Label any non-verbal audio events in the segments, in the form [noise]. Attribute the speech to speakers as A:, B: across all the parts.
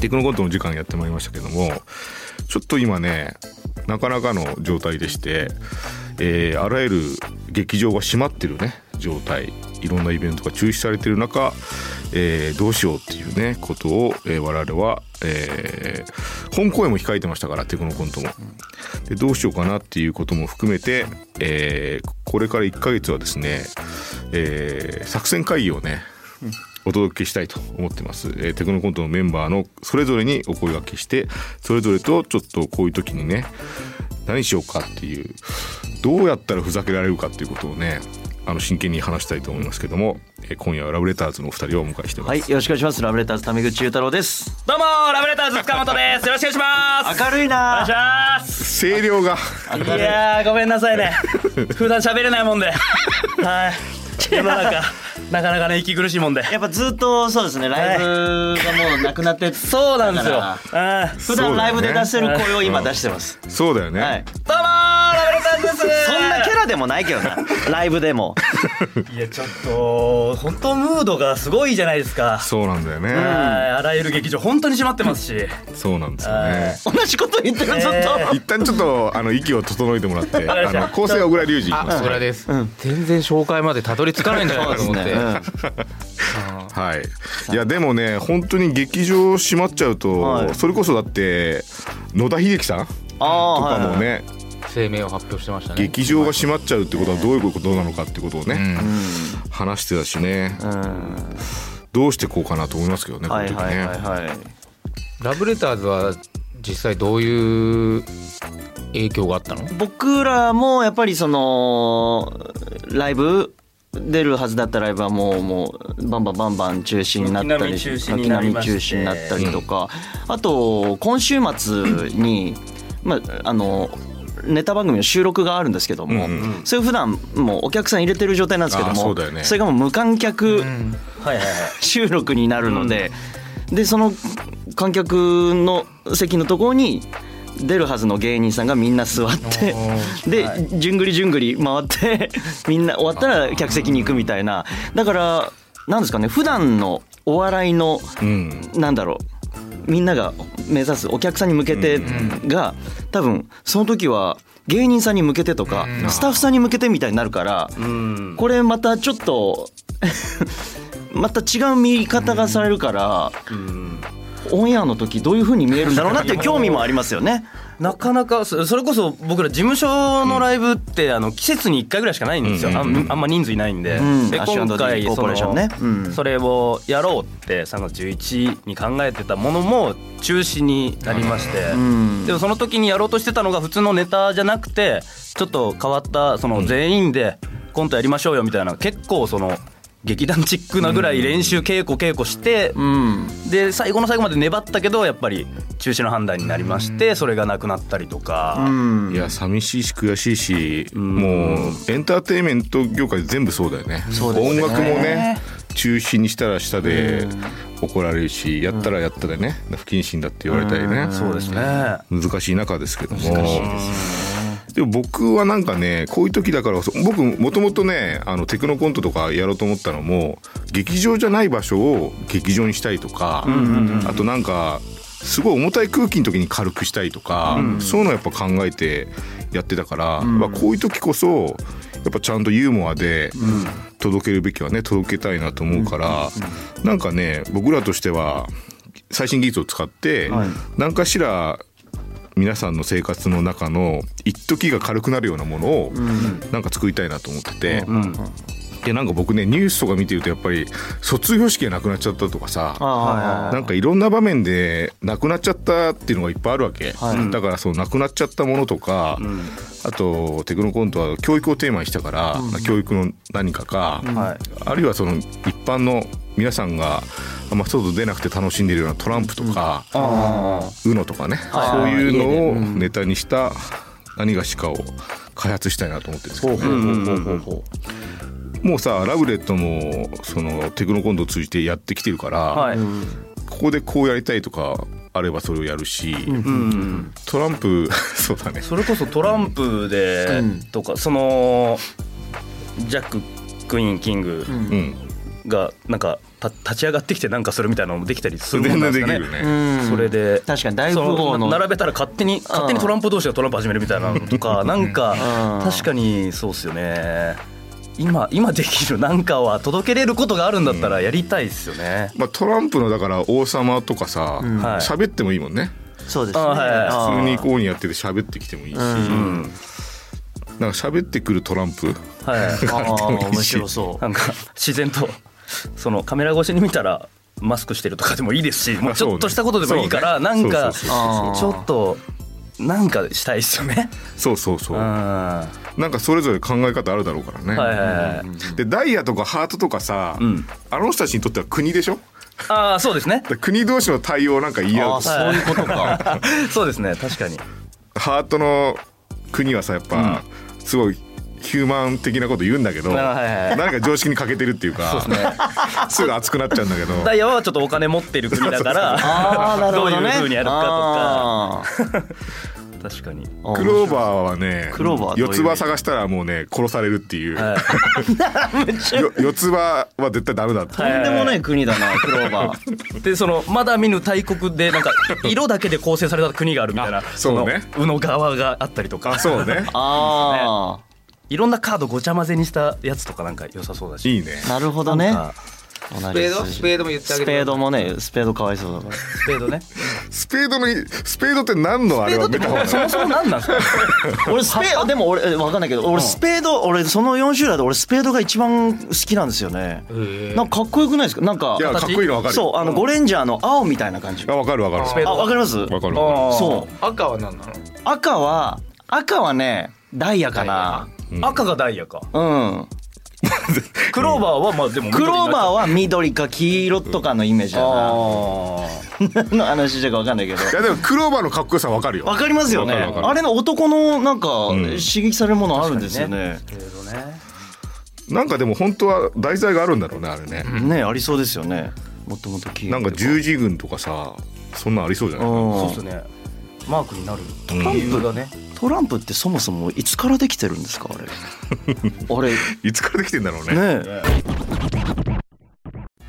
A: テクノコントの時間やってまいりましたけどもちょっと今ねなかなかの状態でして、えー、あらゆる劇場が閉まってるね状態いろんなイベントが中止されてる中、えー、どうしようっていうねことを、えー、我々は、えー、本公演も控えてましたからテクノコントもでどうしようかなっていうことも含めて、えー、これから1ヶ月はですね、えー、作戦会議をね、うんお届けしたいと思ってます、えー、テクノコントのメンバーのそれぞれにお声がけしてそれぞれとちょっとこういう時にね何しようかっていうどうやったらふざけられるかっていうことをねあの真剣に話したいと思いますけども、えー、今夜はラブレターズのお二人をお迎えしてます、
B: はい、よろしくお願いしますラブレターズタメ口太郎です
C: どうもラブレターズ塚本ですよろしくお願いします
B: 明るいな
C: お願いします
A: 声量が
C: いやごめんなさいね普段喋れないも [laughs] んではい世の中なかなかね息苦しいもんで
B: やっぱずっとそうですねライブがもうなくなって
C: そうなんですよ
B: 普段ライブで出せる声を今出してます、
A: うん、そうだよね、はい、
C: どうもラブレターです
B: そんなキャラでもないけどなライブでも
C: いやちょっと本当ムードがすごいじゃないですか
A: そうなんだよね、うん、
C: あらゆる劇場本当に閉まってますし
A: そうなんですよね
B: 同じこと言ってるずっと
A: 一旦ちょっとあの息を整えてもらってあの構成は小倉隆二
D: 小倉です、うん、全然紹介までたどり着かないんじゃ [laughs] ないかと思って。ねうん、
A: はい。いやでもね本当に劇場閉まっちゃうと、はい、それこそだって野田秀樹さんとかもね、はいはい、
D: 声明を発表してましたね。。
A: 劇場が閉まっちゃうってことはどういうことなのかってことをね、うん、話してたしね、うん、どうしてこうかなと思いますけどね、はい、この時ね、はい
D: ラブレターズは実際どういう影響があったの
B: 僕らもやっぱりそのライブ出るはずだったライブはもうもうバンバンバンバン中止になったり
C: 軒並
B: み中止になったりとか、うん、あと今週末に、まあ、あのネタ番組の収録があるんですけども、うんうん、それ普段もうお客さん入れてる状態なんですけどもそ、ね,、れがもう無観客、収録になるので、うん、でその観客の席のところに出るはずの芸人さんがみんな座ってで、じゅんぐりじゅんぐり回って [laughs] みんな終わったら客席に行くみたいなだからなんですかね普段のお笑いの、うなんだろうみんなが目指すお客さんに向けてが、多分その時は芸人さんに向けてとか、スタッフさんに向けてみたいになるから、これまたちょっと [laughs] また違う見方がされるから。オンエアの時どういうふうに見えるんだろうなって興味もありますよね。
C: なかなかそれこそ僕ら事務所のライブってあの季節に1回ぐらいしかないんですよ、あんあんま人数いないんで,、で今回その、それをやろうって3月11に考えてたものも中止になりまして、でもその時にやろうとしてたのが普通のネタじゃなくてちょっと変わったその全員でコントやりましょうよみたいな結構その。劇団チックなぐらい練習稽古稽古して、うん、で最後の最後まで粘ったけどやっぱり中止の判断になりまして、うん、それがなくなったりとか、
A: うん、いや寂しいし悔しいし、もうエンターテインメント業界全部そうだよね、ね、音楽もね中止にしたら下で怒られるしやったらやったでね不謹慎だって言われたりね、
C: そうですね難
A: しい中ですけども。難しいですねでも僕はなんかねこういう時だから僕もともとねあのテクノコントとかやろうと思ったのも劇場じゃない場所を劇場にしたいとか、あとなんかすごい重たい空気の時に軽くしたいとか、うんうん、そういうのやっぱ考えてやってたから、うん、まあ、こういう時こそやっぱちゃんとユーモアで届けるべきはね届けたいなと思うから、う、うん、なんかね僕らとしては最新技術を使って何かしら皆さんの生活の中の一時が軽くなるようなものをなんか作りたいなと思ってて。でなんか僕ねニュースとか見てるとやっぱり卒業式がなくなっちゃったとかさなんかいろんな場面でなくなっちゃったっていうのがいっぱいあるわけ、はい、だからそうなくなっちゃったものとか、うん、あとテクノコントは教育をテーマにしたから、うん、教育の何かか、うんはい、あるいはその一般の皆さんがあんま外出なくて楽しんでるようなトランプとか、うん、UNO とかねそういうのをネタにした何がしかを開発したいなと思ってるんですけどね。もうさラブレットもそのテクノコントを通じてやってきてるから、はい、ここでこうやりたいとかあればそれをやるし、トランプ [laughs] そうだね
C: それこそトランプでとか、うん、そのジャック・クイーン・キングがなんかた立ち上がってきてなんかするみたいなのもできたりするもんなんですかね
A: 全然できる
B: う
A: ね
B: ん
C: それで
B: 確かに大富豪
C: その
B: の
C: 並べたら勝手に勝手にトランプ同士がトランプ始めるみたいなのとかなんか
B: うん
C: 確かにそうっすよね今今できるなんかは届けれることがあるんだったらやりたいっすよね、
A: まあ、トランプのだから王様とかさ
B: ん
C: はい
A: 喋、ってもいいもんね
B: そうですね
C: あはいはい
B: あー
A: 普通にこうにやってて喋ってきてもいいし、
B: うん
A: なんか喋ってくるトランプ [laughs]
C: はい
B: ああ
C: [laughs]
A: もいいし
B: 面白そ
C: なんか自然とそのカメラ越しに見たらマスクしてるとかでもいいですしもうちょっとしたことでもいいから
A: そう
C: な
A: ね
C: んか
A: そ
C: ち
A: うそうそう
B: あー
C: ょっとなんかしたいっすよね
A: そうそうそううん
C: は
A: なんかそれぞれ考え方あるだろうからね、
C: いはいはい
A: でダイヤとかハートとかさ、
C: ん
A: あの人たちにとっては国でしょだか
C: ああそうですね
A: ら国同士の対応なんか言い
B: あ
A: 合
B: あ
A: うと
B: ーそういうことか
C: そうですね確かに
A: ハートの国はさやっぱ、すごいヒューマン的なこと言うんだけど、
C: あはいはい
A: 何か常識に欠けてるっていうかすぐ熱くなっちゃうんだけど
B: [laughs]
C: ダイヤはちょっとお金持ってる国だから
B: ああなるほどね
C: どういう風にやるかとか
B: あ
C: 確かに、
B: ー
A: クローバーはね
B: クローバーはどういう
A: 四つ葉探したらもうね殺されるっていう、
C: はい
A: よ四つ葉は絶対ダメだって、
B: とんでもない国だなクローバ
C: [laughs]
B: ー
C: でそのまだ見ぬ大国でなんか色だけで構成された国があるみたいな
A: そうね
C: の宇野側があったりとか
A: あそうね
B: あ
C: いろんなカードごちゃ混ぜにしたやつとかなんか良さそうだ
A: い
C: し
A: いね
B: あなるほどね
C: なんか
B: 同じ
D: スペード
B: 数字
D: スペードも言ってあげ
B: ス
D: て
B: ペードもねスペードかわいそうだから
C: スペードね
A: スペードのスペードって何のあれは見た方がいい
C: そもそも何なんですか
B: 俺スペードでも俺えわかんないけど俺スペード俺その4種類で俺スペードが一番好きなんですよね
D: へえ
B: なんかかっこよくないですかなんか
A: いやかっこいいのわかるよ
B: そうあのゴレンジャーの青みたいな感じ
A: あわかるわかる
C: スペード
B: あわかります
A: わかるわか
C: あー
B: そう
D: 赤は何なの
B: 赤は赤はねダイヤかな
C: 赤がダイヤか
B: うん
C: クローバーはまあでも
B: クローバー
C: は
B: は緑か黄色とかのイメージだな
C: あ
B: 何の話じゃかわかんないけど
A: るいやでもクローバーのかっこよさわかるよ
B: わかりますよね
A: わかるわかる
B: あれの男のなんか
A: ん
B: 刺激されるものあるんですよね
C: ースペードね
A: なんかでも本当は題材があるんだろうねあれね、
B: ねありそうですよねもっともっと黄色
A: なんか十字軍とかさそんなんありそうじゃない
C: そう
B: う
C: っ
B: ん
C: すねマークになるト
A: ん
C: ランプがね
B: トランプってそもそもいつからできてるんですかあれ
C: [laughs]
B: あれ
A: いつからできてんだろうね
B: ね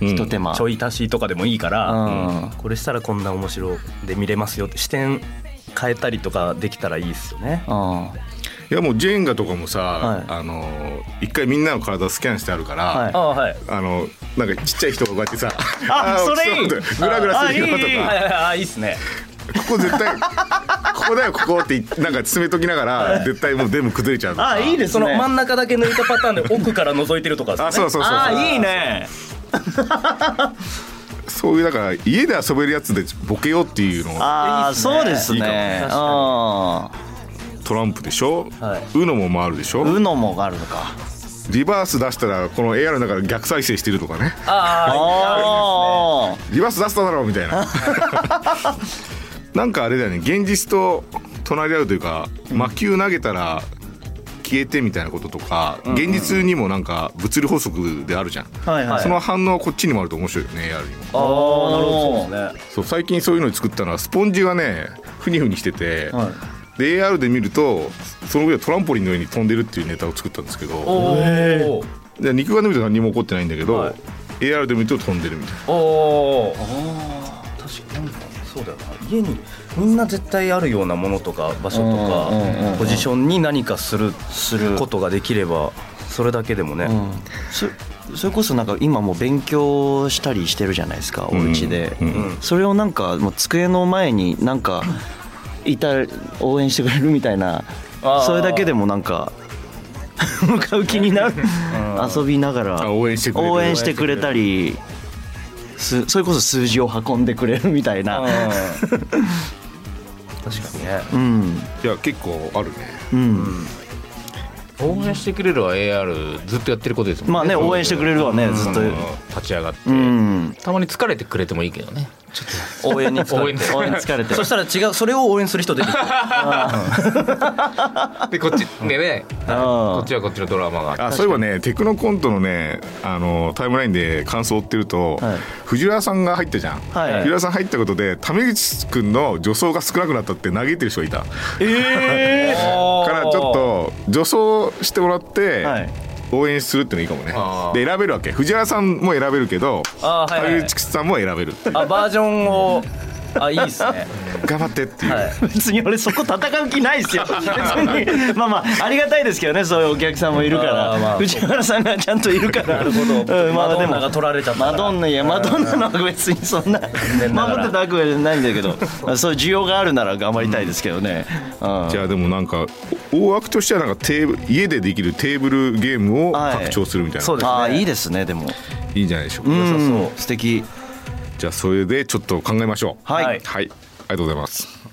A: うん
B: ひと手間
C: ちょい足しとかでもいいから、
B: うん
C: これしたらこんな面白で見れますよって視点変えたりとかできたらいいっすよね
B: あ
A: いやもうジェンガとかもさ、
B: はい
A: あのー一回みんなの体スキャンしてあるから、
B: はい
C: あはい
A: あのなんかちっちゃい人がこうやってさ
C: あそれいい
A: そうだグラグラするよと
C: あいいいい
A: か
C: はいはいはいいいっすね
A: ここ絶対ここだよここってなんか詰めときながら絶対もう全部崩れちゃうとか
B: いいです
C: そ
B: ね
C: の真ん中だけ抜いたパターンで奥から覗いてるとかですね
A: あそうそうそうそう
C: あいいね
A: そういうだから家で遊べるやつでボケようっていうのが
B: あー
C: いいっすね
B: そうです
A: いいかも
B: ね
A: ね
B: あ
A: トランプでしょ、
C: は
A: うの UNO も回るでしょ、
B: うのもあるのか
A: リバース出したらこの AR の中で逆再生してるとかね
C: あ
B: あ
A: リバース出しただろうみたいななんかあれだよね現実と隣り合うというか魔球投げたら消えてみたいなこととか、現実にもなんか物理法則であるじゃん、
B: あはいはい
A: その反応はこっちにもあると面白いよね AR にも
C: あーなるほどそうですね
A: そう最近そういうのを作ったのはスポンジがねふにふにしてて、
B: は
A: で AR で見るとその上をトランポリンの上に飛んでるっていうネタを作ったんですけど
C: お
A: で肉眼で見ると何も起こってないんだけど、
C: はい
A: AR で見ると飛んでるみたいな
C: おお確かになんかそうだよな家にみんな絶対あるようなものとか場所とか
B: うんうんうんうん
C: ポジションに何かする
B: する
C: ことができればそれだけでもね、
B: あうんそそれこそなんか今もう勉強したりしてるじゃないですかお家で
A: うんうん
B: それをなんかもう机の前になんかいた応援してくれるみたいな
C: あー
B: それだけでもなんか [laughs] 向かう気になる遊びながら
A: あ応援してくれる
B: 応援してくれたりすそれこそ数字を運んでくれるみたいな
C: 確かにね
B: うん
A: いや結構あるね
B: うん
D: 応援してくれるは AR ずっとやってることですもんね
B: まあね応援してくれるわねずっと
D: 立ち上がって、
B: うん
D: たまに疲れてくれてもいいけどね
B: 応援に疲
D: 応
B: れ
D: 援
B: て応援に疲れて
C: そしたら違うそれを応援する人出てきた
D: でこっちでねこ
B: あ
D: っちはこっちのドラマがあって
A: あそういえばねテクノコントのねあのタイムラインで感想を追ってると、
B: はい
A: 藤原さんが入ったじゃん、
B: はい
A: 藤原さん入ったことでタメ口くんの女装が少なくなったって嘆いてる人がいた
B: ええ
A: からちょっと女装してもらって、
B: はい
A: 応援するっていうのいいかもねで選べるわけ藤原さんも選べるけど
C: あーはいはい
A: 竹内さんも選べる
C: あバージョンをあいいですね
A: 頑張ってっていう、
C: はい
B: 別に俺そこ戦う気ないですよ別にまあまあありがたいですけどねそういうお客さんもいるから、
C: あーまあ
B: 藤原さんがちゃんといるから
C: なるほ
B: う
C: ど
B: ん、ま
C: マ
B: あ
C: ド
B: で
C: ンナが
B: も
C: 取られちゃったか
B: マ
C: ら
B: ドンナいやマドンナのは別にそんな
C: 念なが
B: 守
C: ら
B: ってたわけじゃないんだ
C: [laughs]
B: けどまあそういう需要があるなら頑張りたいですけどね、うん
A: じゃあでもなんかお大枠としてはなんかテーブ家でできるテーブルゲームを
B: はい
A: 拡張するみたいな、
C: そうですね
B: ああいいですねでも
A: い、いんじゃないでしょうか、
B: うん素敵
A: じゃあそれでちょっと考えましょう
B: はい
C: はい
A: はい、ありがとうございます